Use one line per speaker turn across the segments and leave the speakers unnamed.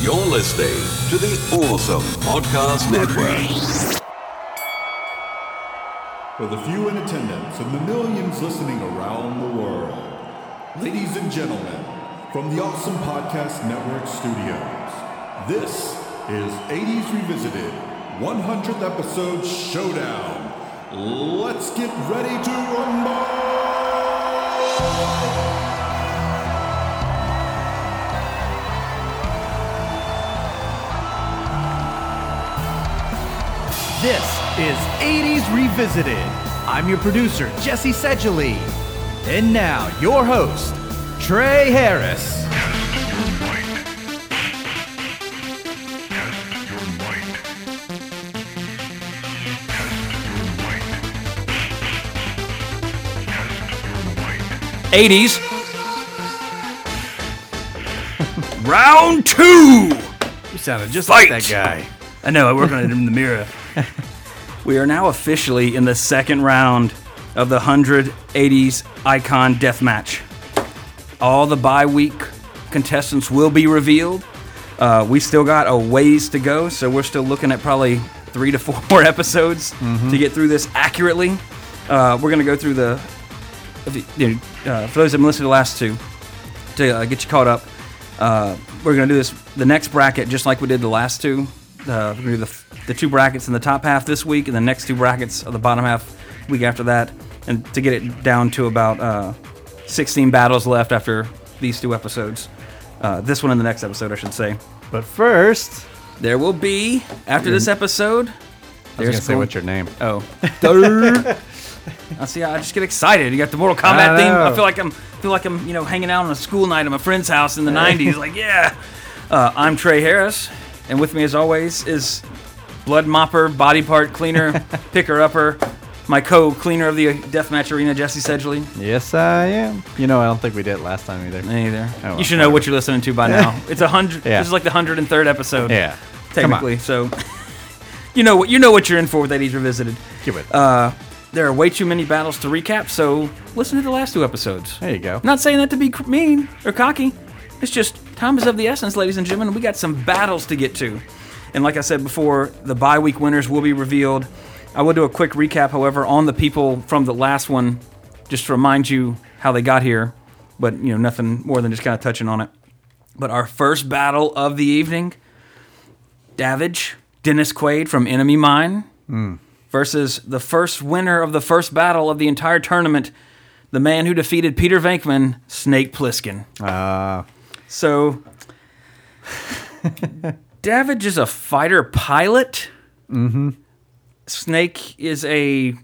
You're listening to the Awesome Podcast Network.
For the few in attendance and the millions listening around the world, ladies and gentlemen, from the Awesome Podcast Network studios, this is 80s Revisited 100th Episode Showdown. Let's get ready to rumble!
This is 80s Revisited. I'm your producer, Jesse Sedgley. And now, your host, Trey Harris.
Eighties. Round two.
You sounded just like
Fight.
that guy.
I know. I work on it in the mirror. we are now officially in the second round of the 180s Icon Death Match. All the bye week contestants will be revealed. Uh, we still got a ways to go, so we're still looking at probably three to four more episodes to get through this accurately. Uh, we're going to go through the. if you- you know, uh, for those that have listened to the last two, to uh, get you caught up. Uh, we're going to do this the next bracket just like we did the last two. Uh, we're going to do the, the two brackets in the top half this week, and the next two brackets of the bottom half week after that, and to get it down to about uh, 16 battles left after these two episodes. Uh, this one and the next episode, I should say.
But first,
There will be after this episode.
I was
there's
gonna say
cool-
what's your name?
Oh. Durr. I see. I just get excited. You got the Mortal Kombat
I
theme. I
know.
feel like I'm feel like I'm you know hanging out on a school night at my friend's house in the '90s. Like yeah. Uh, I'm Trey Harris, and with me as always is blood mopper, body part cleaner, picker upper, my co-cleaner of the deathmatch arena, Jesse Sedgley.
Yes, I am. You know, I don't think we did it last time either.
Me either.
Oh, well,
you should know what you're listening to by now. It's a hundred.
Yeah.
This is like the hundred and third episode.
Yeah.
Technically, so you know what you know what you're in for with Eddie's Revisited.
Give it.
Uh, There are way too many battles to recap, so listen to the last two episodes.
there you go.
Not saying that to be cr- mean or cocky. It's just time is of the essence, ladies and gentlemen. We got some battles to get to. And like I said before, the bye week winners will be revealed. I will do a quick recap, however, on the people from the last one, just to remind you how they got here. But, you know, nothing more than just kind of touching on it. But our first battle of the evening Davidge, Dennis Quaid from Enemy Mine versus the first winner of the first battle of the entire tournament, the man who defeated Peter Venkman, Snake Plissken.
Uh,
So, Davidge is a fighter pilot. Mm-hmm. Snake is a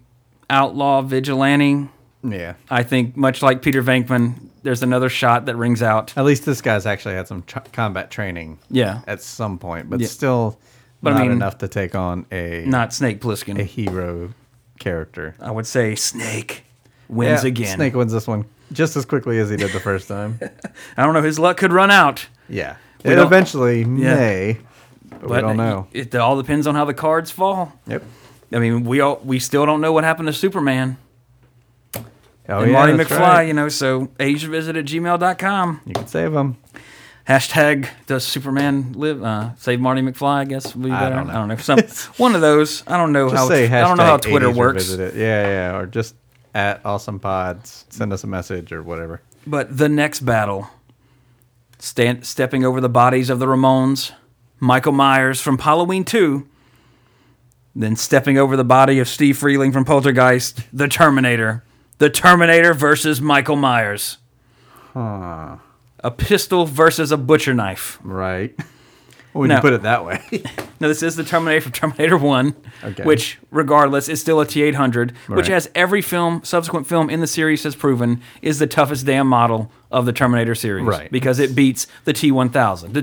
outlaw vigilante.
yeah.
I think, much like Peter Venkman, there's another shot that rings out.
At least this guy's actually had some tr- combat training.
Yeah.
At some point, but
Yeah.
still
But I
not
mean-
enough to take on a
Not Snake
a
Plissken.
hero character.
I would say Snake wins
Yeah,
again.
Snake wins this one just as quickly as he did the first time.
I don't know. His luck could run out.
yeah.
We
It
don't-
eventually may, but, we don't know.
It, all depends on how the cards fall.
yep.
I mean, we all we still don't know what happened to Superman
Oh
and
yeah,
Marty
that's
McFly,
right.
you know. So asiavisit at gmail.com.
You can save him.
Hashtag does Superman live? Uh, save Marty McFly, I guess. Would be
I
better.
don't know.
I don't know. Some, one of those. I don't know
Just
how.
say
I don't know
hashtag
how Twitter
80s
works.
Revisited. Yeah, yeah, or just at Awesome Pods, send us a message or whatever.
But the next battle, stand, stepping over the bodies of the Ramones, Michael Myers from Halloween 2, then stepping over the body of Steve Freeling from Poltergeist, the Terminator. The Terminator versus Michael Myers. A pistol versus a butcher knife.
Right. When
No.
you put it that way.
No, this is the Terminator from Terminator One,
Okay.
which, regardless, is still a T800, which,
Right.
as every film, subsequent film in the series has proven, is the toughest damn model of the Terminator series,
Right.
Because it beats the T1000, the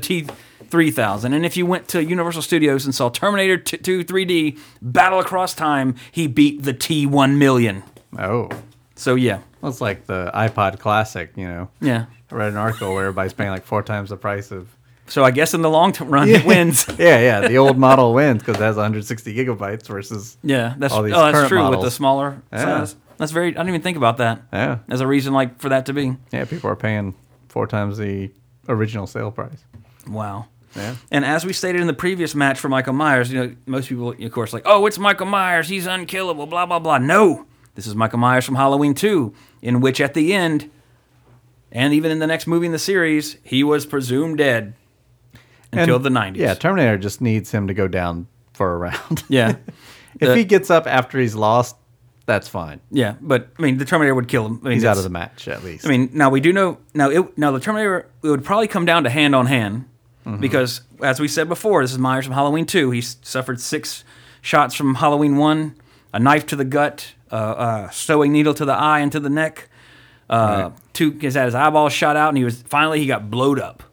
T3000, and if you went to Universal Studios and saw Terminator 2 3D Battle Across Time, he beat the T1 million.
oh.
So yeah,
Well, it's like the iPod Classic, you know.
yeah.
I read an article where everybody's paying like four times the price of.
So I guess in the long t- run, it wins.
Yeah, yeah. The old model wins because it has 160 gigabytes versus.
Yeah, that's
All these
oh, that's
current
true with
models.
the smaller
Yeah.
size. That's very. I didn't even think about that.
Yeah.
As a reason, like for that to be.
Yeah, people are paying four times the original sale price.
Wow. And as we stated in the previous match for Michael Myers, you know, most people, of course, like, oh, it's Michael Myers. He's unkillable, blah, blah, blah. No, this is Michael Myers from Halloween 2, in which at the end, and even in the next movie in the series, he was presumed dead until
And,
the 90s.
Yeah, Terminator just needs him to go down for a round.
Yeah.
if
The-
he gets up after he's lost, that's fine.
yeah. But, I mean, the Terminator would kill him. I mean,
He's out
that's-
of the match at least.
I mean, now we do know now. It, now the Terminator it would probably come down to hand on hand because, as we said before, this is Myers from Halloween two. He s- suffered six shots from Halloween one, a knife to the gut, uh, uh, sewing needle to the eye and to the neck. Uh, Two, his had his eyeballs shot out, and he was finally he got blowed up,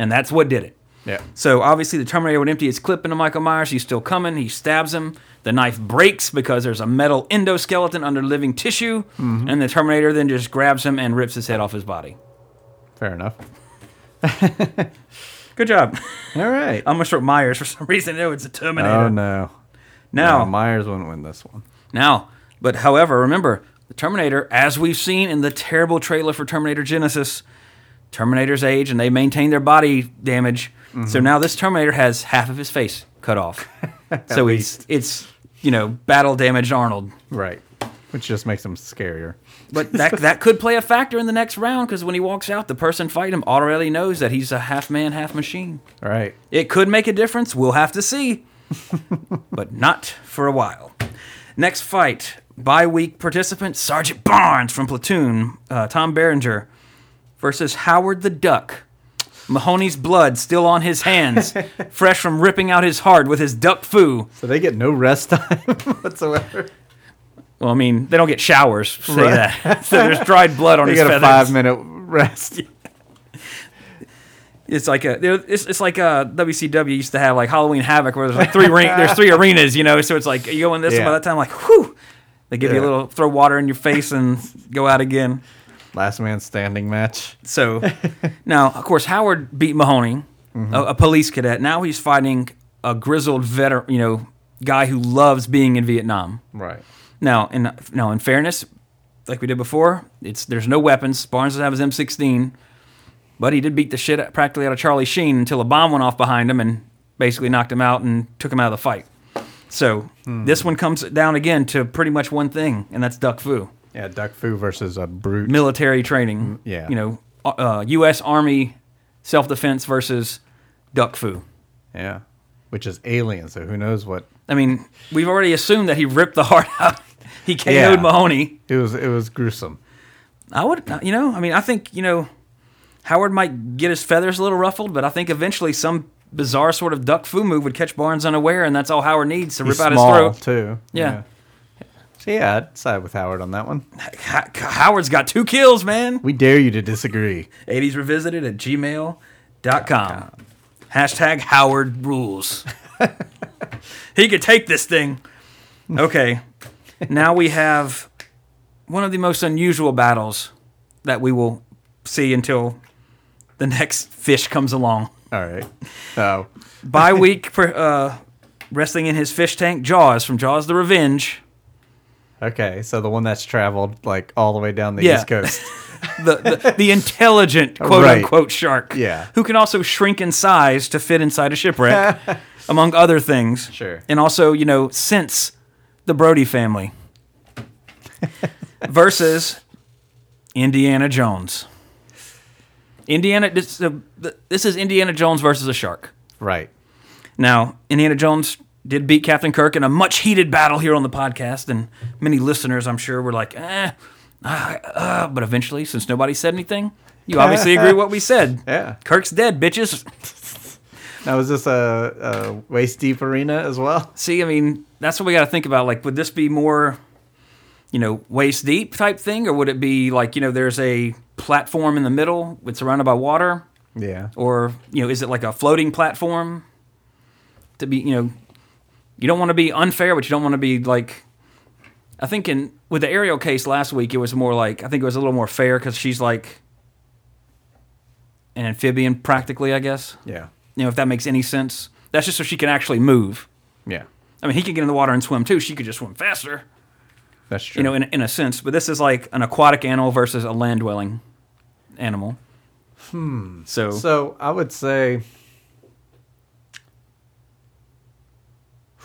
and that's what did it.
yeah.
So obviously the Terminator would empty his clip into Michael Myers. He's still coming. He stabs him. The knife breaks because there's a metal endoskeleton under living tissue,
Mm-hmm.
and the Terminator then just grabs him and rips his head off his body.
Fair enough.
Good job.
All right.
I'm gonna start Myers for some reason. No, it's a Terminator.
oh no.
Now,
No, Myers wouldn't win this one.
now, but however, remember the Terminator, as we've seen in the terrible trailer for Terminator Genesis, Terminators age and they maintain their body damage. So now this Terminator has half of his face cut off. so it's it's you know battle damaged Arnold.
Right. Which just makes him scarier.
But that that could play a factor in the next round because when he walks out, the person fighting him already knows that he's a half man, half machine.
All right.
It could make a difference. We'll have to see. but not for a while. Next fight bye week participant Sergeant Barnes from Platoon, uh, Tom Berenger versus Howard the Duck. Mahoney's blood still on his hands, fresh from ripping out his heart with his duck foo.
So they get no rest time whatsoever.
Well, I mean, they don't get showers, say that. so there's dried blood on
They
his
get a
feathers.
five minute rest.
It's like a there- it's, it's like uh WCW used to have like Halloween Havoc where there's like three ring, there's three arenas, you know. So it's like you go in this and by
Yeah.
that time like whew, they give you a
Yeah.
little throw water in your face and go out again.
Last man standing match.
So now of course Howard beat Mahoney,
Mm-hmm.
a, a police cadet. Now he's fighting a grizzled veteran, you know, guy who loves being in Vietnam.
Right.
Now, in now, in fairness, like we did before, it's there's no weapons. Barnes doesn't have his M16, but he did beat the shit out- practically out of Charlie Sheen until a bomb went off behind him and basically knocked him out and took him out of the fight. So
Hmm.
this one comes down again to pretty much one thing, and that's duck foo,
Yeah, Duck Fu versus a brute.
military training.
Mm, yeah.
you know, uh, uh, U.S. Army self defense versus duck foo.
yeah. Which is alien, so who knows what
I mean, we've already assumed that he ripped the heart out. He KO'd
Yeah.
Mahoney.
it was it was gruesome.
I would, uh, you know, I mean, I think, you know, Howard might get his feathers a little ruffled, but I think eventually some bizarre sort of duck foo move would catch Barnes unaware, and that's all Howard needs to rip
He's
out
small
his throat.
too.
Yeah.
So yeah, I'd side with Howard on that one.
Ha- Ha- Howard's got two kills, man.
We dare you to disagree.
80s Revisited at gmail.com. Hashtag Howard rules. he could take this thing. Okay. now we have one of the most unusual battles that we will see until the next fish comes along.
All right. So
By week, per- uh, wrestling in his fish tank, Jaws from Jaws the Revenge.
okay, so the one that's traveled like all the way down the
Yeah.
east coast.
the, the, the intelligent quote
Right.
unquote shark.
Yeah.
Who can also shrink in size to fit inside a shipwreck, among other things.
Sure.
And also, you know, since the Brody family versus Indiana Jones. Indiana, this, uh, th- this is Indiana Jones versus a shark.
Right.
Now, Indiana Jones did beat Captain Kirk in a much heated battle here on the podcast, and many listeners, I'm sure, were like, eh, ah, uh, but eventually, since nobody said anything, you obviously agree with what we said.
Yeah.
Kirk's dead, bitches.
Now is this a, a waist deep arena as well?
See, I mean, that's what we got to think about. Like, would this be more, you know, waist deep type thing, or would it be like, you know, there's a platform in the middle, it's surrounded by water,
Yeah.
or you know is it like a floating platform to be you know you don't want to be unfair but you don't want to be like i think in with the aerial case last week it was more like i think it was a little more fair because she's like an amphibian practically i guess
Yeah.
you know if that makes any sense that's just so she can actually move
Yeah.
i mean he could get in the water and swim too she could just swim faster
That's true.
you know in, in a sense but this is like an aquatic animal versus a land dwelling animal hmm so
so I would say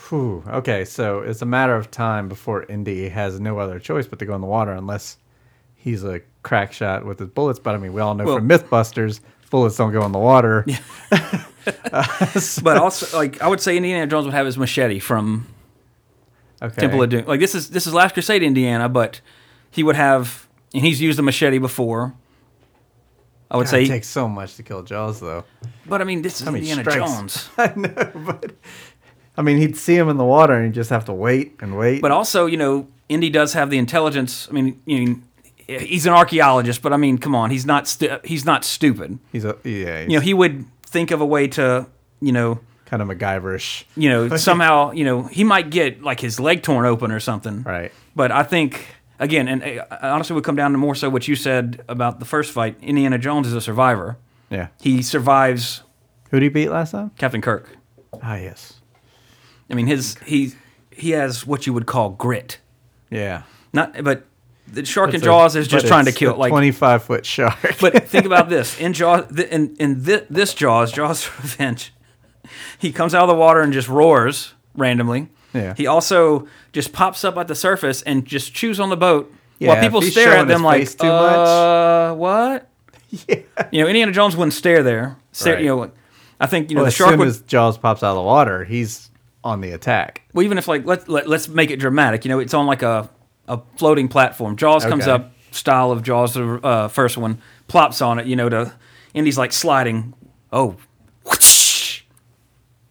Whew. Okay, so it's a matter of time before Indy has no other choice but to go in the water unless he's a crack shot with his bullets. But I mean, we all know
Well-
from MythBusters, bullets don't go in the water.
But also, like I would say, Indiana Jones would have his machete from
Okay.
Temple of Doom. Like this is this is Last Crusade, Indiana, but he would have, and he's used a machete before. I would
God,
say,
it takes so much to kill Jaws, though.
but I mean, this is
many
Indiana
strikes?
Jones.
I mean, he'd see him in the water and he'd just have to wait and wait.
But also, you know, Indy does have the intelligence. I mean, you know, he's an archaeologist, but I mean, come on, he's not stu- he's not stupid.
he's a yeah, he's
You know, he would think of a way to, you know,
kind of MacGyverish.
you know, somehow, you know, he might get like his leg torn open or something.
Right.
But I think again, and uh, honestly, would come down to more so what you said about the first fight. Indiana Jones is a survivor.
Yeah.
He survives
Who'd he beat last time?
Captain Kirk.
Ah, yes.
I mean, his he he has what you would call grit.
Yeah.
Not, but the shark in
It's a-
Jaws is just
but
trying to
it's a
kill like
25 foot shark.
But think about this: in Jaws, th- in in thi- this Jaws, Jaws Revenge, he comes out of the water and just roars randomly.
Yeah.
He also just pops up at the surface and just chews on the boat while
Yeah,
people
if he's
stare at
showing
them
his
like,
face too much.
"Uh, what?" Yeah. You know, Indiana Jones wouldn't stare there. Stare,
Right.
You know, like, I think you know
Well,
the
as
shark
soon
would.
as Jaws pops out of the water, he's on the attack.
well, even if like let, let let's make it dramatic. You know, it's on like a a floating platform. Jaws comes
Okay.
up, style of Jaws, the uh, first one, plops on it. You know, to Indy's like sliding. Oh, whoosh.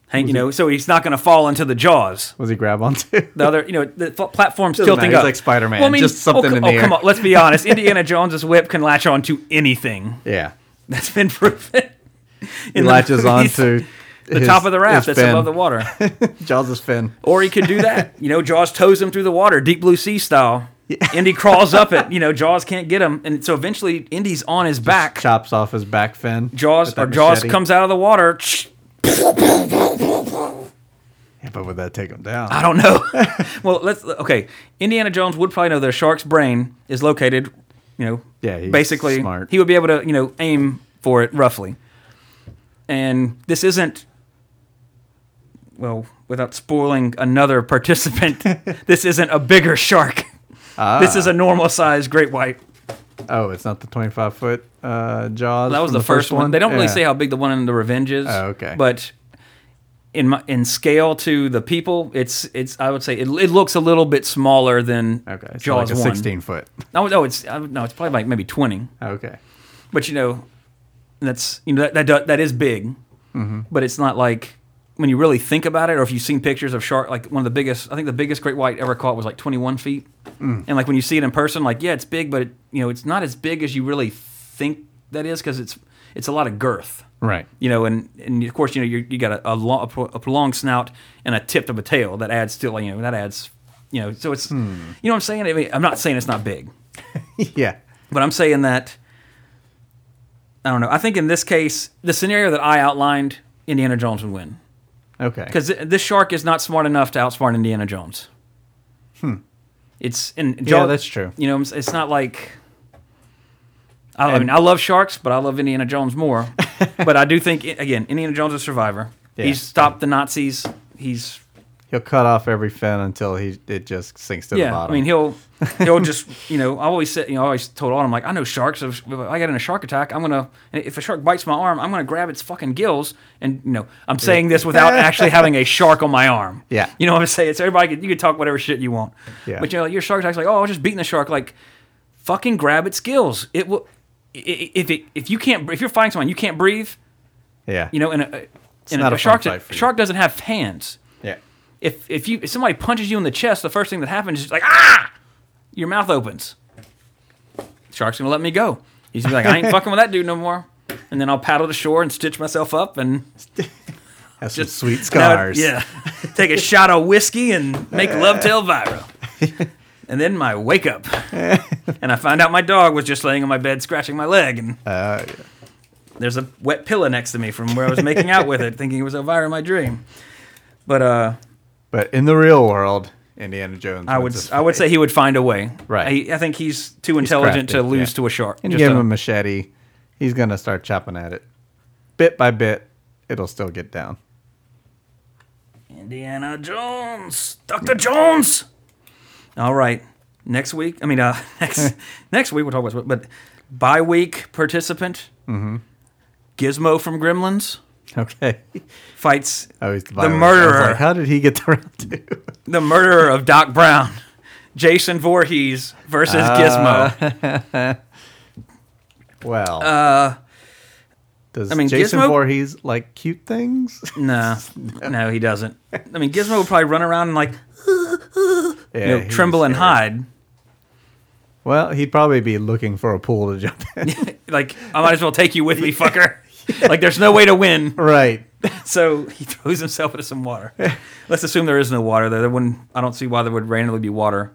Hank, you know, so he's not going to fall into the jaws.
Was he grab onto?
The other, you know, the f- platform's
Doesn't
tilting
matter, he's
up.
like Spider-Man,
Well,
just something
oh,
in
co-
the
oh, come
air.
on, let's be honest. Indiana Jones's whip can latch onto anything.
yeah.
That's been proven.
He latches onto
the top of the raft that's above the water.
Jaws' fin.
Or he could do that. You know, Jaws tows him through the water, deep blue sea style. Indy crawls up it. You know, Jaws can't get him, and so eventually Indy's on his back.
Chops off his back fin.
Jaws
with that
or Jaws
machete.
comes out of the water.
Yeah, but would that take him down?
I don't know. well, let's okay. Indiana Jones would probably know the shark's brain is located. You know,
Yeah, he's
basically,
smart.
he would be able to you know aim for it roughly. And this isn't. Well, without spoiling another participant, this isn't a bigger shark.
Ah.
This is a normal sized great white.
oh, it's not the 25 foot uh, Jaws.
That was
from
the, first, one. They don't really
Yeah.
say how big the one in the Revenge is.
Oh, okay.
But in my, in scale to the people, it's it's I would say it, it looks a little bit smaller than
Okay, so
Jaws
like a
one.
16 foot.
No, no, it's I would- no, it's probably like maybe twenty.
Okay.
But you know, that's you know that that, do- that is big, but it's not like when you really think about it, or if you've seen pictures of shark, like one of the biggest, I think the biggest great white ever caught was like 21 feet, and like when you see it in person, like yeah, it's big, but it, you know it's not as big as you really think that is because it's it's a lot of girth,
Right.
you know, and and of course you know you you got a a, long, a, pro- a prolonged snout and a tipped of a tail that adds to like, you know that adds you know so it's you know what I'm saying I mean, I'm not saying it's not big,
yeah.
but I'm saying that I don't know. I think in this case, the scenario that I outlined, Indiana Jones would win
Okay.
because this shark is not smart enough to outsmart Indiana Jones. Hmm. It's and Jaws-
that's true.
You know, it's not like I, I mean I love sharks, but I love Indiana Jones more. but I do think again, Indiana Jones is a survivor.
Yeah.
He's stopped the Nazis. He's
He'll cut off every fin until he it just sinks to the
yeah. I
bottom.
mean he'll he'll just you know I always said you know I always told Autumn like I know sharks. If if I get in a shark attack, I'm gonna if a shark bites my arm, I'm gonna grab its fucking gills and you know I'm saying this without actually having a shark on my arm.
Yeah.
You know what I'm saying? So everybody could, you could talk whatever shit you want.
Yeah.
But you know your shark attack's like oh I was just beating the shark like fucking grab its gills. It will i- i- if it if you can't if you're fighting someone you can't breathe
yeah.
you know and a, and
not
a,
a fun
shark
fight for you.
shark doesn't have hands
Yeah.
if if you if somebody punches you in the chest, the first thing that happens is like ah, your mouth opens. Shark's gonna let me go. He's gonna be like, I ain't fucking with that dude no more. And then I'll paddle to shore and stitch myself up and
Has some sweet
now-
scars.
yeah, take a shot of whiskey and make love to Elvira. And then my wake up, and I find out my dog was just laying on my bed scratching my leg, and there's a wet pillow next to me from where I was making out with it, thinking it was Elvira in my dream. But uh,
But in the real world, Indiana Jones.
I
wins
would
this
I would say he would find a way.
Right.
I, I think he's too intelligent to
crafty,
lose
yeah.
to a shark.
and
Just
give
a-
him a machete, he's gonna start chopping at it, bit by bit. It'll still get down.
Indiana Jones, Doctor Jones. All right, next week. I mean, uh, next next week we'll talk about. But by week participant,
Mm-hmm.
Gizmo from Gremlins
Okay.
fights
Oh, he's the,
the
virus. I was
murderer,
like, How did he get the round two?
the murderer of Doc Brown, Jason Voorhees versus
Uh.
Gizmo.
Well. Uh, does
I mean,
Jason
Gizmo-
Voorhees like cute things?
No, no, he doesn't. I mean, Gizmo would probably run around and like
yeah,
you know,
he was
tremble and
scary.
hide.
Well, he'd probably be looking for a pool to jump in.
Like I might as well take you with me, fucker. Like there's no way to win.
right.
So he throws himself into some water. Let's assume there is no water there. There wouldn't. I don't see why there would randomly be water.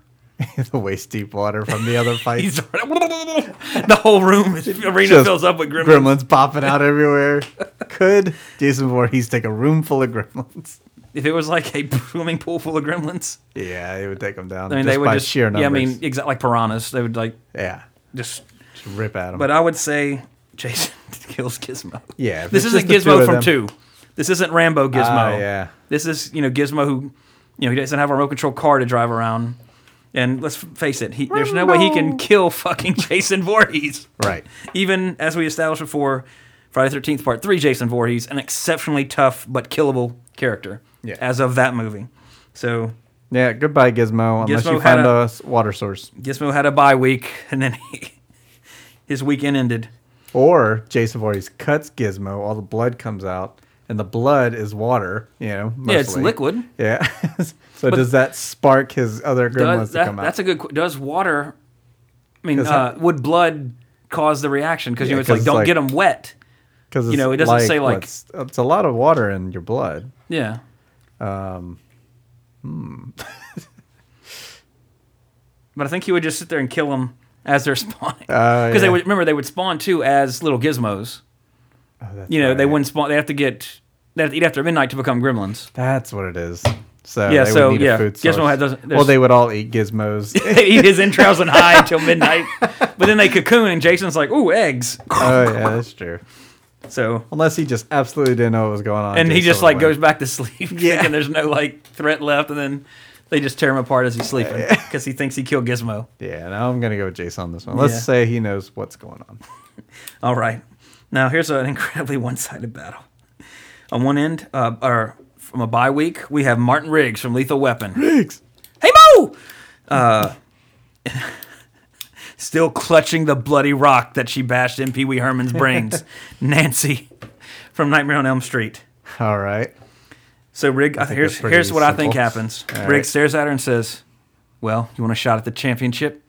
the waist deep water from the other fight.
He's the whole room is, arena
Just
fills up with gremlins.
gremlins popping out everywhere. Could Jason Voorhees take a room full of gremlins?
If it was like a swimming pool full of gremlins,
Yeah, it would take them down.
I mean
just
they would
by
just
sheer numbers.
yeah. I mean exactly like piranhas. They would like
yeah,
just
just rip at them.
But uh, I would say Jason kills Gizmo.
Yeah, if
This
it's
isn't
just the two
Gizmo
of
from
them.
two. This isn't Rambo Gizmo.
Ah, yeah.
This is, you know, Gizmo who, you know, he doesn't have a remote control car to drive around. And let's f- face it, he, there's no way he can kill fucking Jason Voorhees.
right,
Even as we established before, Friday Thirteenth Part Three, Jason Voorhees, an exceptionally tough but killable character.
Yeah.
As of that movie, so
yeah. Goodbye, Gizmo. Unless
Gizmo
you
had
find
a-
a... s- water source,
Gizmo had a bye week, and then he, his weekend ended.
or Jason Voorhees cuts Gizmo. All the blood comes out, and the blood is water. You know, mostly.
Yeah, it's liquid.
Yeah. so does that spark his other gremlins
does
to
that-
come out?
That's a good. qu- Does water? I mean,
'Cause
uh,
that-
would blood cause the reaction? Because you
Yeah,
know, it's
'cause
like
it's
don't
like-
get them wet.
Because
you know, it doesn't say, like-
it's, it's a lot of water in your blood.
Yeah.
Um, hmm.
but I think he would just sit there and kill them as they're spawning. Because they
Uh, yeah.
would remember they would spawn too as little gizmos.
Oh, that's
you know, they
right.
wouldn't spawn. They have to get. They have to eat after midnight to become gremlins.
That's what it is. So
Yeah,
They
so,
would need
yeah,
A food
Gizmo
source.
had those-
well,
there's-
they would all eat gizmos.
They eat his entrails and hide till midnight. But then they cocoon, and Jason's like, "Ooh, eggs!"
oh yeah, that's true.
So
Unless he just absolutely didn't know what was going on,
and he
Jason
just like
would
goes
win.
back to sleep
Yeah.
thinking there's no like threat left and then they just tear him apart as he's sleeping because he thinks he killed gizmo
Yeah, now I'm gonna go with Jason on this one. Let's
Yeah.
say he knows what's going on.
all right now here's an incredibly one-sided battle on one end uh, or from a bye week we have martin riggs from lethal weapon riggs hey mo uh, still clutching the bloody rock that she bashed in pee-wee herman's brains nancy from nightmare on elm street
All right.
So Rig,
think
here's
that's pretty
here's what I think
simple.
happens.
All
Rig
right.
stares at her and says, "Well, you want a shot at the championship?"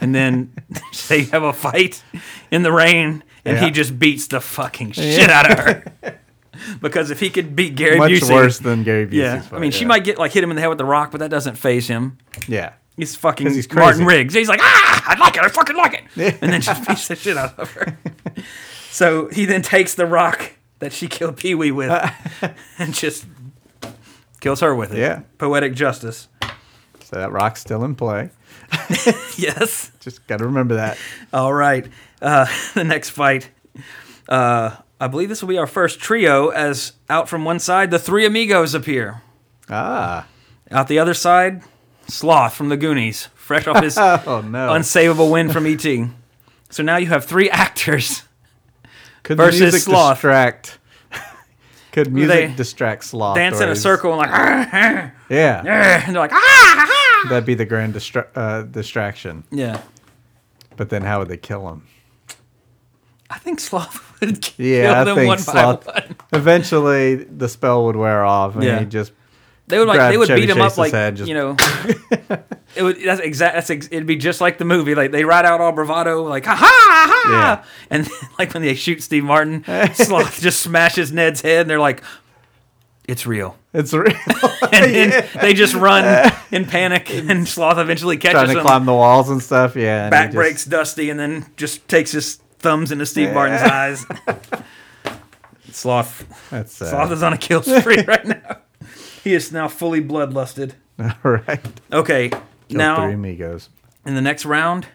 And then they have a fight in the rain, and he
Yeah.
just beats the fucking shit out of her. because if he could beat Gary
Much
Busey,
worse than Gary Busey's.
yeah, I
fight,
mean, she
yeah.
might get like hit him in the head with the rock, but that doesn't phase him.
Yeah.
He's fucking
'Cause he's
Martin
crazy.
Riggs. He's like, ah, I like it. I fucking like it. And then just beats the shit out of her. So he then takes the rock that she killed Pee Wee with and just kills her with it.
Uh. Yeah.
Poetic justice.
So that rock's still in play.
Yes.
Just gotta remember that.
All right. Uh, the next fight. Uh, I believe this will be our first trio as out from one side, the three amigos appear.
Ah.
Out the other side, Sloth from the Goonies, fresh off his
Oh no.
unsavable win from ET. So now you have three actors.
Could
versus
music
Sloth.
distract? Could music
they
distract sloth?
dance
or
in a
is-
circle and like, "Arr, arr,
Yeah.
arr," and they're like, ah, ah.
That'd be the grand distra- uh, distraction.
yeah.
But then how would they kill him?
I think Sloth would kill
Yeah, I
them
think
one
sloth.
by one.
Eventually, the spell would wear off, and
Yeah.
he'd just
They would like
Grab
they would
Chevy
beat him up
Chase's
like
head, just-
you know. it would that's exact. That's ex, it'd be just like the movie. Like they ride out all bravado, like ha ha ha,
Yeah.
and then, like when they shoot Steve Martin, Sloth just smashes Ned's head, and they're like, it's real.
it's real.
And then they just run in panic, and Sloth eventually catches
trying to
him.
climb the walls and stuff. Yeah, and he
back
just-
breaks Dusty and then just takes his thumbs into Steve Martin's eyes. Sloth.
That's
Sloth
sad.
is on a kill spree right now. He is now fully bloodlusted.
All right.
Okay,
Kill
now
three amigos.
in the next round,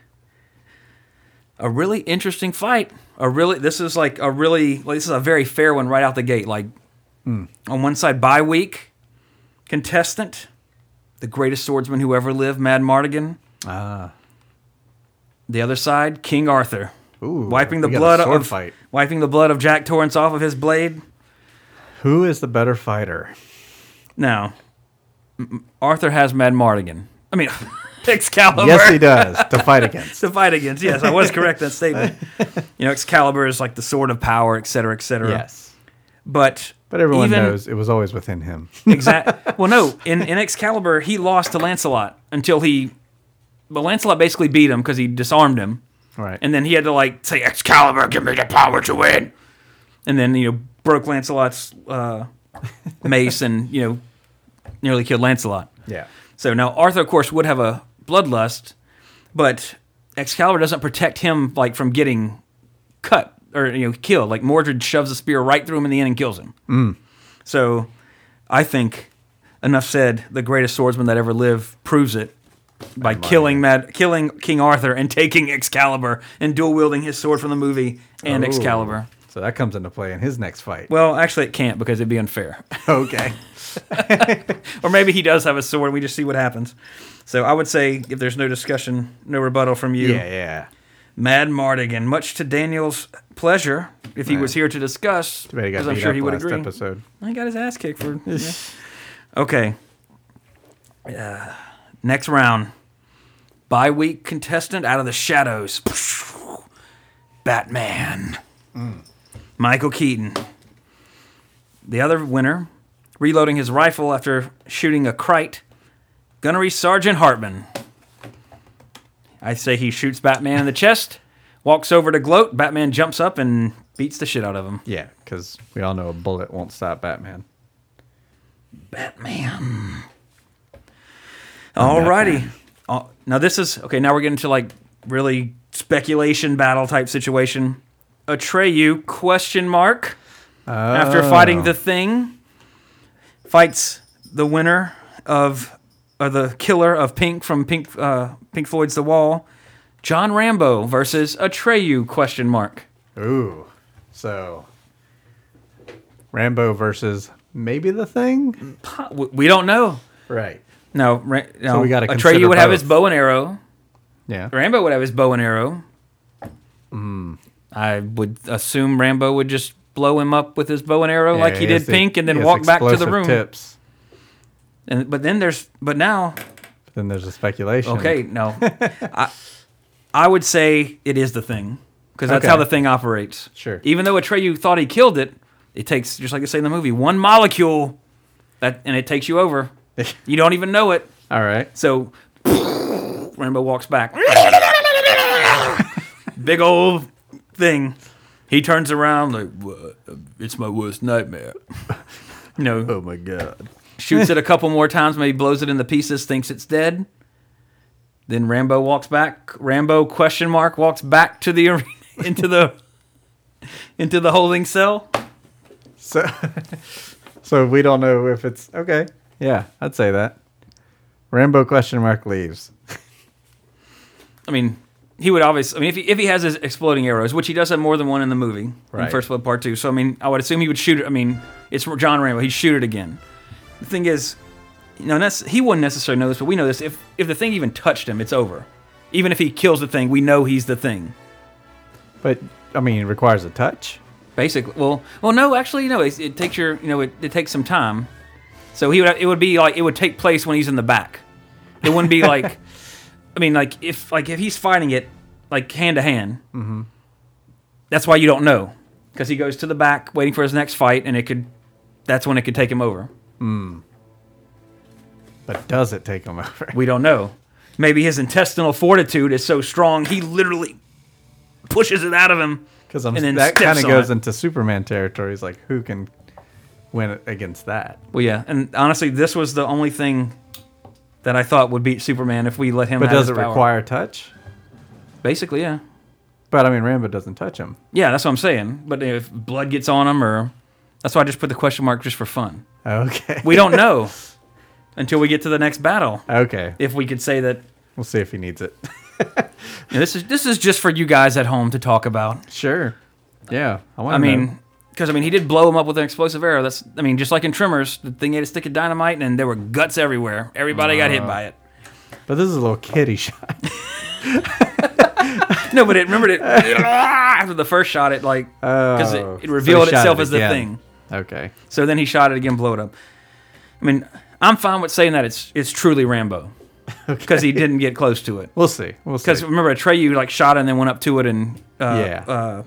a really interesting fight. A really this is like a
Hmm.
really like, this is a very fair one right out the gate. Like on one side bye week, contestant, the greatest swordsman who ever lived, Mad Mardigan.
Ah.
The other side, King Arthur,
Ooh,
wiping the
we got a
blood
sword
of
fight.
wiping the blood of Jack Torrance off of his blade.
Who is the better fighter?
No, M- Arthur has Mad Mardigan. I mean, Excalibur.
Yes, he does to fight against.
to fight against. Yes, I was correct in that statement. You know, Excalibur is like the sword of power, et cetera, et cetera.
Yes,
But
but everyone
even-
knows it was always within him.
Exact. well, no, in, in Excalibur, he lost to Lancelot until he. But Lancelot basically beat him because he disarmed him,
right.
and then he had to like say, "Excalibur, give me the power to win," and then you know broke Lancelot's uh, mace and you know nearly killed Lancelot.
yeah.
So now Arthur, of course, would have a bloodlust, but Excalibur doesn't protect him like from getting cut or you know killed. Like Mordred shoves a spear right through him in the end and kills him. So I think enough said. The greatest swordsman that ever lived proves it by killing Mad, killing King Arthur and taking Excalibur and dual wielding his sword from the movie and
Ooh.
Excalibur.
So that comes into play in his next fight.
Well, actually, it can't because it'd be unfair.
okay.
or maybe he does have a sword. We just see what happens. So I would say, if there's no discussion, no rebuttal from you,
Yeah, yeah.
Mad Mardigan, much to Daniel's pleasure, if he was here to discuss,
Too bad he got
because
beat
I'm sure
up
he would
last
agree.
episode.
I got his ass kicked for. yeah. Okay. Uh, next round. Bye week contestant out of the shadows. Batman. Michael Keaton. The other winner, reloading his rifle after shooting a krite, Gunnery Sergeant Hartman. I say he shoots Batman in the chest, walks over to gloat. Batman jumps up and beats the shit out of him.
Yeah, because we all know a bullet won't stop Batman.
Batman. Alrighty. Uh, now this is okay. Now we're getting to like really speculation battle type situation. Atreyu question mark after
Oh.
fighting the thing fights the winner of or the killer of Pink from Pink uh, Pink Floyd's The Wall, John Rambo versus Atreyu question mark.
Ooh. So Rambo versus maybe the thing?
Po- w- We don't know.
Right.
No, Ra- no.
we gotta
Atreyu
consider
would have his
both.
bow and arrow.
Yeah.
Rambo would have his bow and arrow.
Hmm.
I would assume Rambo would just blow him up with his bow and arrow like
Yeah,
he
has
did
the-
Pink, and
he
then
has
walk back to the
explosive
room.
Tips.
And but then there's but now
But then there's a speculation.
okay no, I I would say it is the thing because that's
Okay.
how the thing operates.
Sure.
Even though Atreyu thought he killed it, it takes just like they say in the movie one molecule that and it takes you over. you don't even know it.
All right.
So Rambo walks back. Big old thing. He turns around like, "What? it's my worst nightmare. You know,
Oh my god.
shoots it a couple more times, maybe blows it into pieces, thinks it's dead. Then Rambo walks back. Rambo question mark walks back to the arena, into the into the holding cell.
So So we don't know if it's okay. Yeah, I'd say that. Rambo question mark leaves.
I mean, he would obviously. I mean, if he, if he has his exploding arrows, which he does have more than one in the movie, in
Right.
First Blood Part Two. So I mean, I would assume he would shoot it. I mean, it's John Rambo. He'd shoot it again. The thing is, you know, and that's, he wouldn't necessarily know this, but we know this. If if the thing even touched him, it's over. Even if he kills the thing, we know he's the thing.
But I mean, it requires a touch.
Basically, well, well, no, actually, no. It, it takes your, you know, it, it takes some time. So he would, it would be like it would take place when he's in the back. It wouldn't be like, I mean, like if like if he's fighting it like hand to hand. That's why you don't know because he goes to the back waiting for his next fight, and it could. That's when it could take him over.
But does it take him over?
We don't know. Maybe his intestinal fortitude is so strong he literally pushes it out of him.
Because I'm
and then
that
steps
kind of
on
goes
it.
into Superman territory. He's like, who can win against that?
Well, yeah, and honestly, this was the only thing that I thought would beat Superman if we let him.
But
have
does it
his power.
require touch?
Basically, yeah,
But I mean, Rambo doesn't touch him.
yeah. That's what I'm saying. But if blood gets on him, or that's why I just put the question mark just for fun.
Okay.
We don't know until we get to the next battle.
okay.
If we could say that
We'll see if he needs it.
you know, this is this is just for you guys at home to talk about.
sure. Yeah. I want.
I mean, Because I mean, he did blow him up with an explosive arrow. That's I mean, just like in Tremors, the thing had a stick of dynamite, and there were guts everywhere. Everybody got
Uh.
hit by it.
But this is a little kitty shot.
No, but it remembered it after the first shot. It like because
Oh, so
it, it
he
revealed
shot
itself
it
as the
again.
thing.
Okay.
So then he shot it again, blow it up. I mean, I'm fine with saying that it's it's truly Rambo because he didn't get close to it.
We'll see. We'll see.
Because remember, Atreyu like shot and then went up to it and uh,
Yeah.
uh,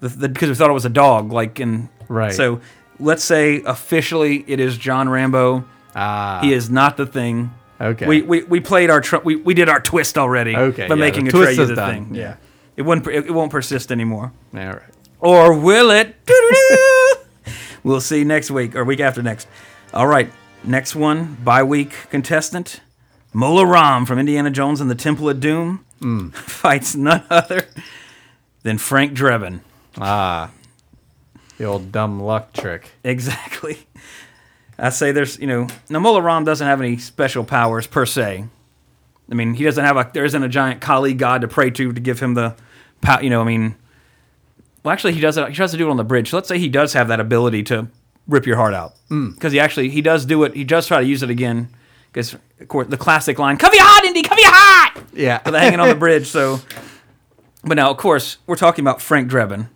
the because we thought it was a dog, like and
Right.
So let's say officially it is John Rambo.
Ah.
He is not the thing.
Okay.
We we, we played our tr- we, we did our twist already.
Okay,
By
yeah,
making
the twist
Atreyu
is
the
done.
thing.
Yeah.
It wouldn't per- it won't persist anymore.
All right.
Or will it? Doo-doo-doo. we'll see next week or week after next. All right, next one bye week contestant Mola Ram from Indiana Jones and the Temple of Doom fights none other than Frank Drebin.
The old dumb luck trick.
Exactly. I say there's you know now Mola Ram doesn't have any special powers per se. I mean he doesn't have a there isn't a giant Kali god to pray to to give him the power. You know I mean. Well, actually, he does it. He tries to do it on the bridge. So let's say he does have that ability to rip your heart out, because he actually he does do it. He does try to use it again, because of course the classic line, "Cover your heart, Indy, cover your heart."
Yeah.
So they're hanging on the bridge. So, but now of course we're talking about Frank Drebin,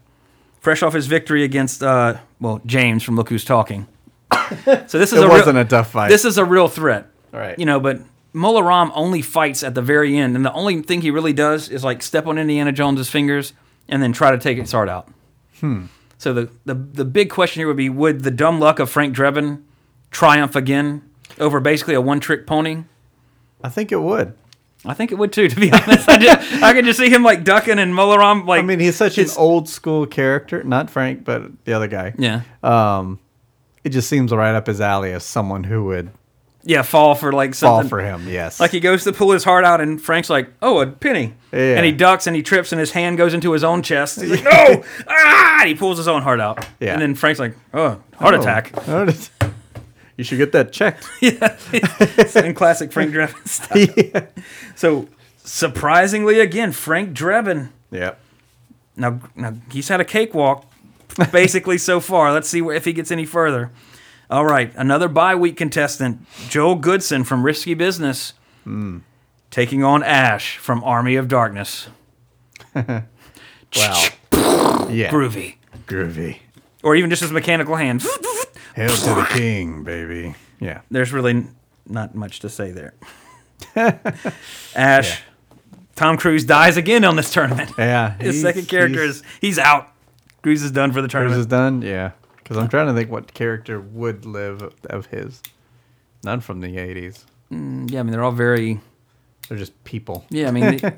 fresh off his victory against uh, well James from Look Who's Talking. So this is
It
a
wasn't a
real,
tough fight.
This is a real threat.
All right.
You know, but Mola Ram only fights at the very end, and the only thing he really does is like step on Indiana Jones's fingers and then try to take its heart out. Hmm. So the, the the big question here would be: Would the dumb luck of Frank Drebin triumph again over basically a one-trick pony?
I think it would.
I think it would too, to be honest. I, just, I could just see him like ducking and Molaram like.
I mean, he's such an
his-
old school character. Not Frank, but the other guy.
Yeah,
It just seems right up his alley as someone who would
yeah, fall for like
fall
something.
for him. Yes.
Like he goes to pull his heart out, and Frank's like, "Oh, a penny,"
Yeah.
and he ducks and he trips, and his hand goes into his own chest. He's like, "No!" ah! And he pulls his own heart out,
Yeah.
and then Frank's like, "Oh, heart
Oh,
attack."
heart attack. You should get that checked.
in classic Frank Drebin style. So surprisingly, again, Frank Drebin.
yep.
Now, now he's had a cakewalk basically so far. Let's see where, if he gets any further. All right, another bye week contestant, Joel Goodson from Risky Business,
Hmm.
taking on Ash from Army of Darkness.
Wow. yeah.
Groovy,
Groovy.
or even just his mechanical hand.
Hail to the king, baby. Yeah.
There's really n- not much to say there. Ash, Tom Cruise dies again on this tournament.
Yeah.
His
he's-
second character
he's-
is he's out. Cruise is done for the
Hers
tournament.
is done. Yeah. Because I'm trying to think what character would live of his. None from the 80s.
yeah, I mean they're all very
They're just people.
Yeah, I mean, they-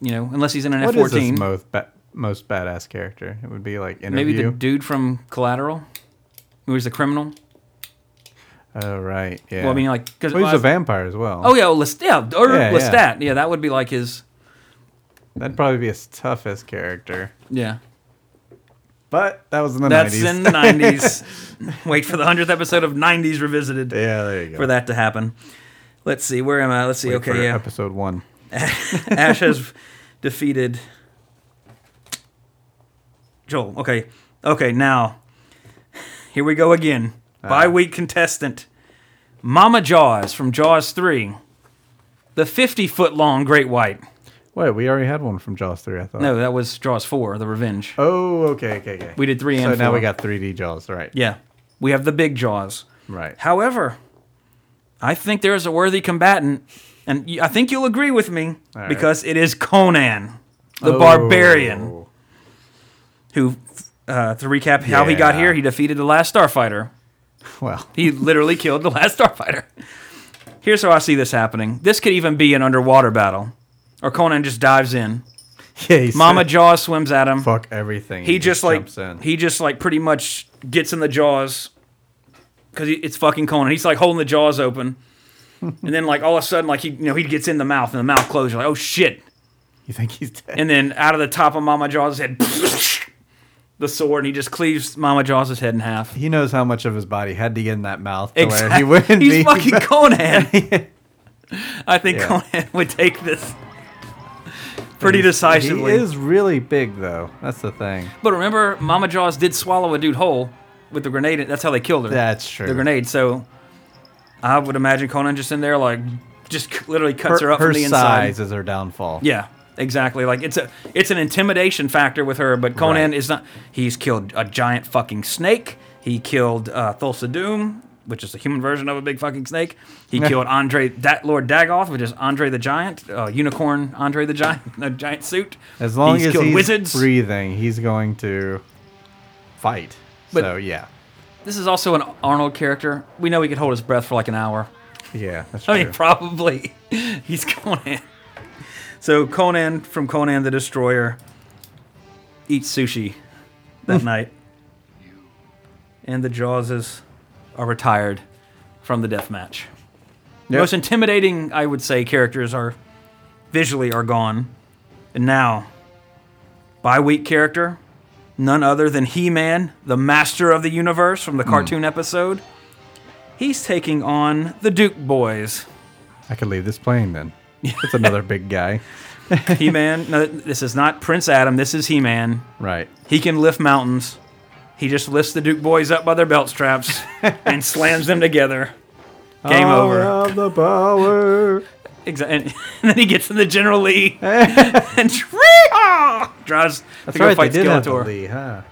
you know, unless he's in an F
What is his
fourteen,
most ba- most badass character? It would be like
maybe the
interview.
dude from Collateral, who was the criminal.
oh right, yeah.
Well, I mean, like, cause
Well, he's
well,
a vampire as well.
Oh yeah, well, Lestat, yeah, or
Yeah, yeah.
Lestat, yeah. that would be like his,
that'd probably be his toughest character.
yeah.
But that was in the
That's
90s.
in the nineties. Wait for the hundredth episode of Nineties Revisited
yeah, there you go.
for that to happen. Let's see, where am I? Let's see.
Wait for
okay, yeah.
Episode one.
Ash has defeated Joel. Okay. Okay, now here we go again.
Ah.
By Bi week contestant. Mama Jaws from Jaws 3. The 50 foot long great white.
Wait, we already had one from Jaws three. I thought.
No, that was Jaws 4, The Revenge.
Oh, okay, okay, okay.
We did 3
So
and 4.
now we got 3D Jaws, right?
Yeah. We have the big Jaws.
Right.
However, I think there is a worthy combatant, and y- I think you'll agree with me
right.
because it is Conan, the
Oh.
barbarian. who, uh, to recap how he got
Yeah.
here, he defeated the last Starfighter.
Well,
He literally killed the last Starfighter. Here's how I see this happening. This could even be an underwater battle, or Conan just dives in.
yeah. He's
Mama Jaws swims at him.
fuck everything.
He just like
jumps in.
he just like pretty much gets in the jaws because it's fucking Conan. He's like holding the jaws open, and then like all of a sudden like he you know he gets in the mouth and the mouth closes. You're like oh shit,
you think he's dead?
and then out of the top of Mama Jaws' head, the sword, and he just cleaves Mama Jaws' head in half.
He knows how much of his body had to get in that mouth to where he wouldn't
He's
be.
fucking Conan. I think
Yeah.
Conan would take this. pretty
He's-
decisively.
He is really big, though. That's the thing.
But remember, Mama Jaws did swallow a dude whole with the grenade. That's how they killed her.
That's true.
The grenade. So I would imagine Conan just in there, like, just c- literally cuts her, up from the inside.
size is her downfall.
Yeah, exactly. Like it's a it's an intimidation factor with her. But Conan
Right.
is not. He's killed a giant fucking snake. He killed uh, Thulsa Doom, which is a human version of a big fucking snake. He killed Andre that Lord Dagoth, which is Andre the Giant, uh, unicorn Andre the Giant, in a giant suit.
As long
he's
as
killed
he's
wizards.
breathing, he's going to fight.
But-
so yeah,
This is also an Arnold character. We know he could hold his breath for like an hour.
yeah, that's true.
I mean, probably. He's Conan. So Conan from Conan the Destroyer eats sushi that night. And the Jawses are retired from the death match. The
Yep.
most intimidating, I would say, characters are visually are gone. And now, by week character, none other than He Man, the master of the universe from the cartoon episode. He's taking on the Duke Boys.
I could leave this plane then. It's another big guy,
He Man, no, this is not Prince Adam, this is He Man.
right?
He can lift mountains. He just lifts the Duke Boys up by their belt straps and slams them together. Game
Power
over.
Of the power.
Exactly. And, and then he gets in the General Lee and Tree-haw! drives
That's
to go
right. They
fight
did have the
Skeletor.
Lee, huh?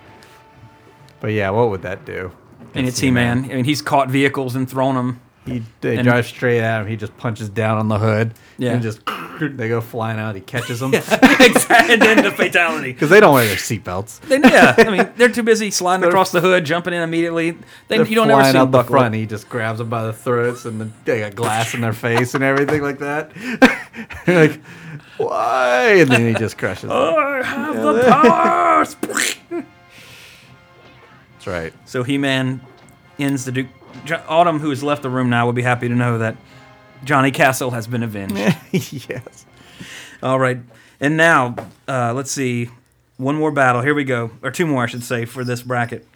But yeah, what would that do?
and it's He-Man. I mean, he's caught vehicles and thrown them.
He they
And-
drive straight at him. He just punches down on the hood.
Yeah.
And just they go flying out. He catches them because
Exactly. and then the fatality.
they don't wear their seatbelts.
Then, yeah, I mean, they're too busy sliding across the hood, jumping in immediately. They,
They're
you don't
flying
ever see
out
them
the
buckle.
front. He just grabs them by the throats, and then they got glass in their face and everything like that. You're like, why? And then he just crushes. them.
I have the powers.
That's right.
so He-Man ends the Duke. Jo- Autumn, who has left the room now, will be happy to know that Johnny Castle has been avenged.
yes.
All right. And now, uh, let's see. One more battle. Here we go. Or two more, I should say, for this bracket.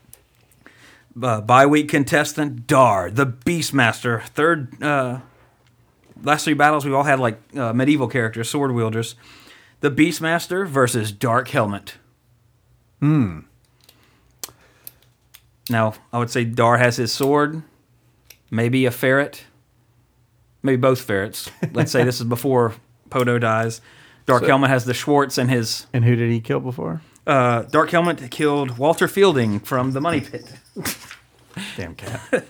Uh, Bi week contestant, Dar, the Beastmaster. Third, uh, last three battles, we've all had like uh, medieval characters, sword wielders. The Beastmaster versus Dark Helmet. Hmm. Now, I would say Dar has his sword, maybe a ferret, maybe both ferrets. Let's say this is before Podo dies. Dark Helmet has the Schwartz and his.
And who did he kill before?
Uh, Dark Helmet killed Walter Fielding from the Money Pit.
Damn cat.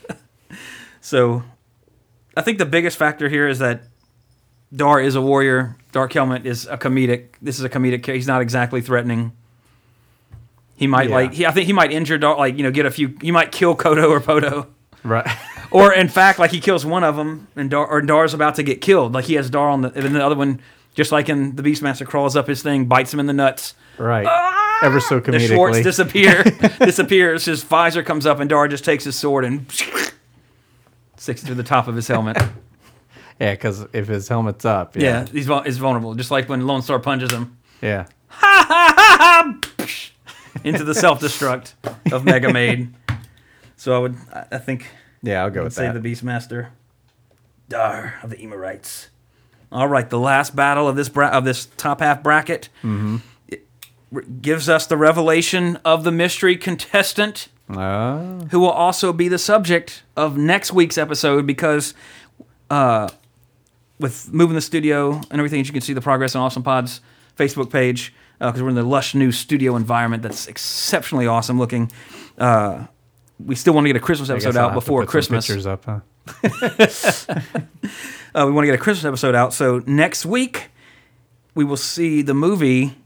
So I think the biggest factor here is that Dar is a warrior. Dark Helmet is a comedic. This is a comedic. ca- He's not exactly threatening. He might
Yeah.
like. He, I think he might injure Dark. Like you know, get a few. You might kill Kodo or Podo.
right.
Or in fact, like he kills one of them, and Dar or Dar's about to get killed. Like he has Dar on the, and then the other one, just like in the Beastmaster, crawls up his thing, bites him in the nuts.
Right. Ever so
Ah! The Schwartz
comedically.
disappear disappears. His visor comes up, and Dar just takes his sword and sticks it through the top of his helmet.
yeah, because if his helmet's up.
Yeah,
Yeah.
he's vul- is vulnerable, just like when Lone Star punches him
Yeah.
into the self destruct of Mega Maid. So I would, I I think,
Yeah, I'll go with
say
that.
the Beastmaster, Dar of the Emirites. All right, the last battle of this bra- of this top half bracket
Mm-hmm.
It re- gives us the revelation of the mystery contestant.
Oh,
who will also be the subject of next week's episode because uh, with moving the studio and everything, as you can see the progress on Awesome Pod's Facebook page because we're in the lush new studio environment that's exceptionally awesome looking. Uh, we still want to get a Christmas
I guess
episode
I'll
out
have to
before
put some
Christmas.
Pictures up, huh?
Uh, we want to get a Christmas episode out. So next week, we will see the movie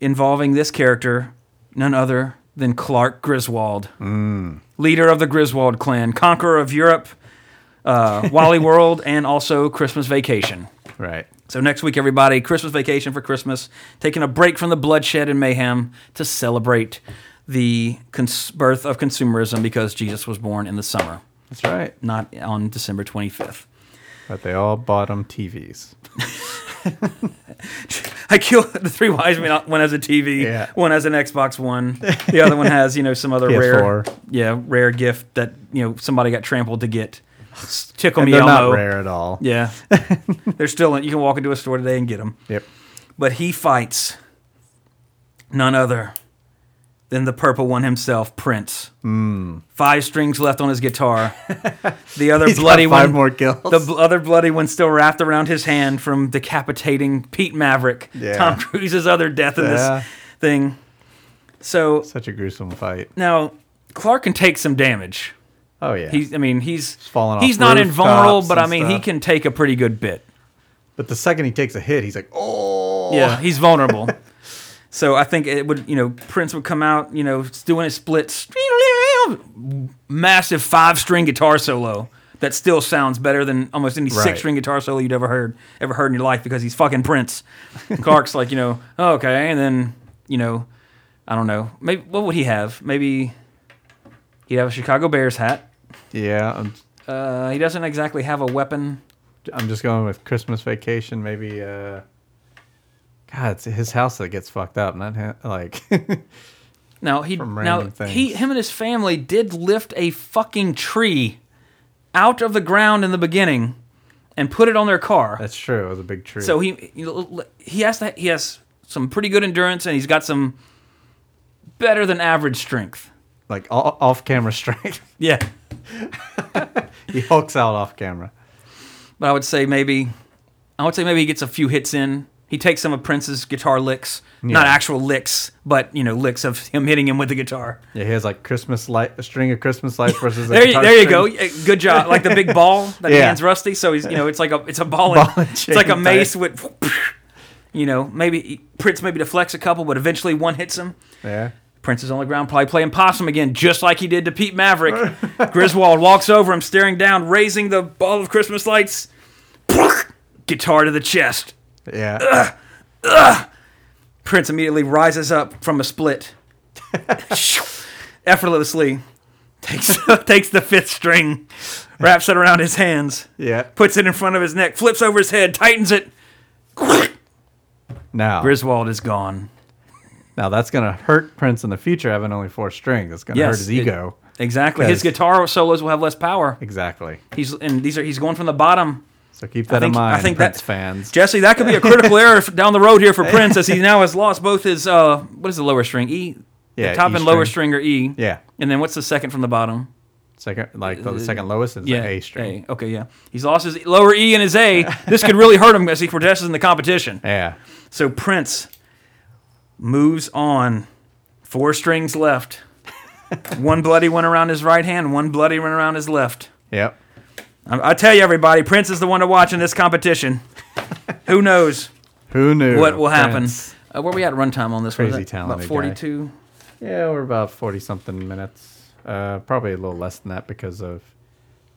involving this character, none other than Clark Griswold, leader of the Griswold clan, conqueror of Europe, uh, Wally World, and also Christmas Vacation.
Right.
So next week, everybody, Christmas vacation for Christmas, taking a break from the bloodshed and mayhem to celebrate the cons- birth of consumerism because Jesus was born in the summer,
That's right.
not on December 25th.
But they all bought him TVs.
I killed the three wise men. One has a TV,
Yeah.
one has an Xbox One, the other one has you know some other rare,
PS4.
yeah, rare gift that you know somebody got trampled to get. Tickle me
They're not
Elmo.
rare at all.
Yeah, they're still. You can walk into a store today and get them.
Yep.
But he fights none other than the purple one himself, Prince. Five strings left on his guitar. The other
Hmm. He's got
bloody
five
one,
more kills.
The bl- other bloody one still wrapped around his hand from decapitating Pete Maverick,
Yeah.
Tom Cruise's other death in
Yeah.
this thing. So
Such a gruesome fight.
now Clark can take some damage.
Oh yeah.
He's, I mean, he's
falling off
he's not
rooftops
invulnerable, but I
and
mean, he
stuff.
can take a pretty good bit.
but the second he takes a hit, he's like, oh.
Yeah, he's vulnerable. so I think it would, you know, Prince would come out, you know, doing his splits, massive five string guitar solo that still sounds better than almost any
Right.
six string guitar solo you'd ever heard ever heard in your life because he's fucking Prince. And Clark's like, you know, "Oh, okay, and then you know, I don't know, maybe what would he have? Maybe he'd have a Chicago Bears hat.
Yeah. I'm,
Uh, he doesn't exactly have a weapon.
I'm just going with Christmas vacation. Maybe. uh God, it's his house that gets fucked up. Not him, like.
Now he
From
now
random things.
he him and his family did lift a fucking tree out of the ground in the beginning and put it on their car.
that's true. It was a big tree.
So he you know, he has to, he has some pretty good endurance and he's got some better than average strength.
like off camera strength.
Yeah,
he hulks out off camera.
but I would say maybe I would say maybe he gets a few hits in. He takes some of Prince's guitar licks, not
Yeah.
actual licks, but you know licks of him hitting him with the guitar.
Yeah, he has like Christmas light, a string of Christmas lights versus. a
There, you,
guitar
there you
string.
go. Yeah, Good job. Like the big ball that
Yeah.
hands rusty. So he's you know it's like a it's a ball.
Ball
and,
and
it's like a
chain
mace with. You know, maybe Prince maybe deflects a couple, but eventually one hits him.
Yeah.
Prince is on the ground, probably playing possum again, just like he did to Pete Maverick. Griswold walks over him, staring down, raising the ball of Christmas lights. Guitar to the chest.
Yeah.
Prince immediately rises up from a split, effortlessly takes takes the fifth string, wraps it around his hands,
yeah.
puts it in front of his neck, flips over his head, tightens it.
Now,
Griswold is gone.
now that's gonna hurt Prince in the future having only four strings. That's gonna hurt his
it-
ego.
exactly. His
Yes.
guitar solos will have less power.
exactly.
He's and these are he's going from the bottom.
So keep that in mind, Prince fans.
Jesse, that could be a critical error f- down the road here for Prince, as he now has lost both his uh, what is the lower string E,
Yeah,
the top
E
and lower
string.
string are E.
Yeah.
and then what's the second from the bottom?
second, like
Uh,
the second lowest is the A string.
A. Okay, yeah. He's lost his lower E and his A. This could really hurt him as he progresses in the competition.
Yeah.
So Prince moves on. Four strings left. one bloody one around his right hand, one bloody one around his left.
Yep.
I, I tell you, everybody, Prince is the one to watch in this competition. Who knows
Who knew
what will happen?
Prince.
Uh, where we at runtime on this? What is
Crazy
that?
talented
About
guy.
42.
Yeah, we're about forty something minutes. Uh, probably a little less than that because of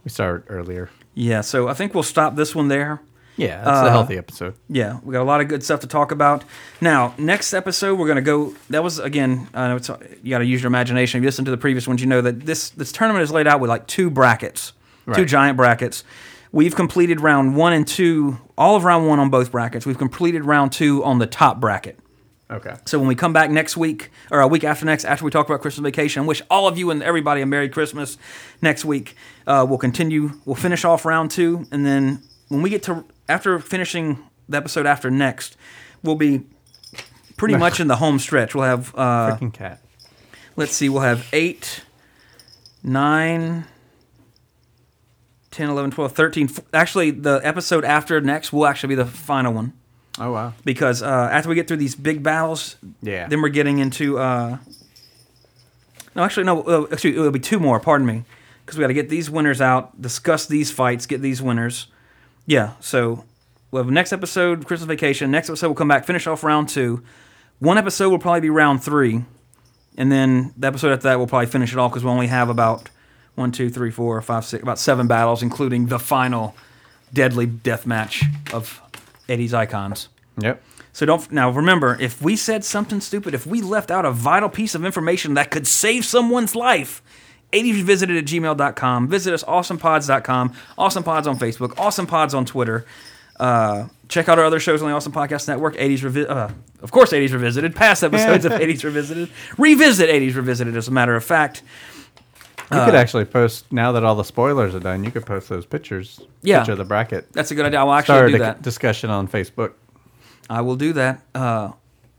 we started earlier.
Yeah. So I think we'll stop this one there.
Yeah, that's
Uh,
a healthy episode.
Yeah, we got a lot of good stuff to talk about. Now, next episode, we're gonna go. That was again. I know it's you got to use your imagination. If you listen to the previous ones, you know that this this tournament is laid out with like two brackets, two
Right.
giant brackets. We've completed round one and two, all of round one on both brackets. We've completed round two on the top bracket.
Okay.
So when we come back next week or a week after next, after we talk about Christmas vacation, I wish all of you and everybody a Merry Christmas next week. Uh, we'll continue. We'll finish off round two, and then when we get to after finishing the episode after next, we'll be pretty much in the home stretch. We'll have uh,
Freaking cat.
let's see, we'll have eight, nine. 10, 11, 12, 13. F- Actually, the episode after next will actually be the final one
Oh wow.
because uh, after we get through these big battles,
Yeah.
then we're getting into. Uh, no, actually, no. Uh, actually, it'll be two more. Pardon me, because we got to get these winners out, discuss these fights, get these winners. Yeah. So we'll have next episode, Christmas vacation. Next episode, we'll come back, finish off round two. One episode will probably be round three, and then the episode after that we'll probably finish it off because we only have about one, two, three, four, five, six, about seven battles, including the final deadly death match of Eddie's icons.
Yep.
So don't now remember if we said something stupid, if we left out a vital piece of information that could save someone's life, 80 visited at gmail.com. Visit us awesomepods.com, awesome pods on Facebook, awesome pods on Twitter. Uh, check out our other shows on the Awesome Podcast Network. 80s, Revi- uh, of course, 80s Revisited. Past episodes of 80s Revisited. Revisit 80s Revisited, as a matter of fact.
You
Uh,
could actually post now that all the spoilers are done. You could post those pictures.
Yeah.
Picture of the bracket.
That's a good idea. I will actually
Start a
do
dic-
that.
discussion on Facebook.
I will do that. Uh,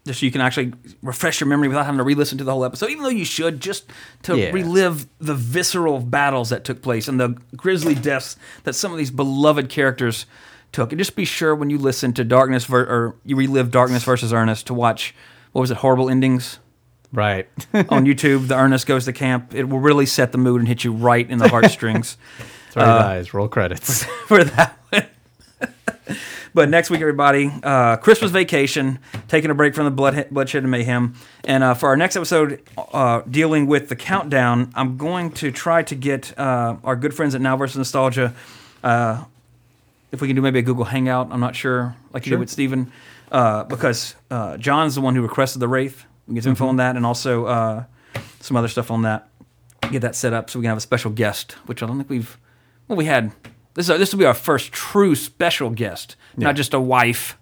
just so you can actually refresh your memory without having to re-listen to the whole episode, even though you should, just to
Yeah.
relive the visceral battles that took place and the grisly deaths that some of these beloved characters took. And just be sure when you listen to Darkness ver- or you relive Darkness versus Ernest to watch what was it, horrible endings
Right.
on YouTube. The Ernest goes to camp. It will really set the mood and hit you right in the heartstrings.
Sorry,
Uh,
guys. Roll credits.
for that one. but next week, everybody, uh, Christmas vacation, taking a break from the blood, bloodshed and mayhem. And uh, for our next episode, uh, dealing with the countdown, I'm going to try to get uh, our good friends at Now versus Nostalgia. Uh, if we can do maybe a Google Hangout, I'm not sure, like you did with Steven, uh, because uh, John's the one who requested the Wraith. We can get some info on that and also uh, some other stuff on that. Get that set up so we can have a special guest, which I don't think we've. Well, we had. This, is- this will be our first true special guest, not just a wife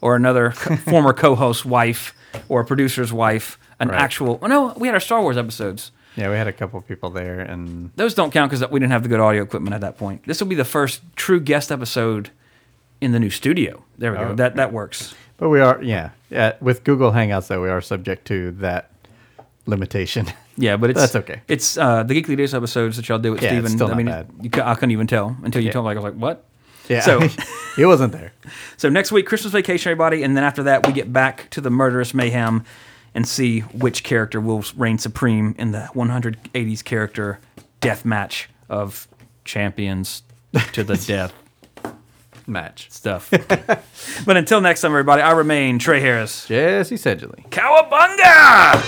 or another co- former co host wife or a producer's wife, an
Right.
actual. Oh, no, we had our Star Wars episodes.
yeah, we had a couple people there, and
Those don't count because we didn't have the good audio equipment at that point. This will be the first true guest episode in the new studio. There we go.
Oh.
That that works.
but we are yeah yeah with Google Hangouts though we are subject to that limitation.
Yeah, but it's
That's okay.
It's uh, the Geekly Days episodes that y'all did with
Yeah, it's
Steven.
still
I
not
mean,
bad.
You, cou- I couldn't even tell until you
Yeah.
told me. Like, I was like, what?
Yeah.
So-
he wasn't there.
So next week, Christmas vacation, everybody, and then after that, we get back to the murderous mayhem and see which character will reign supreme in the 180s character death match of champions to the death
Match.
stuff. but until next time, everybody, I remain Trey Harris.
Jesse Sedgley.
Cowabunga!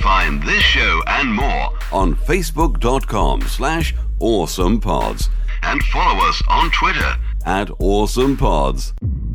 Find this show and more on facebook.com slash awesomepods and follow us on Twitter at awesomepods.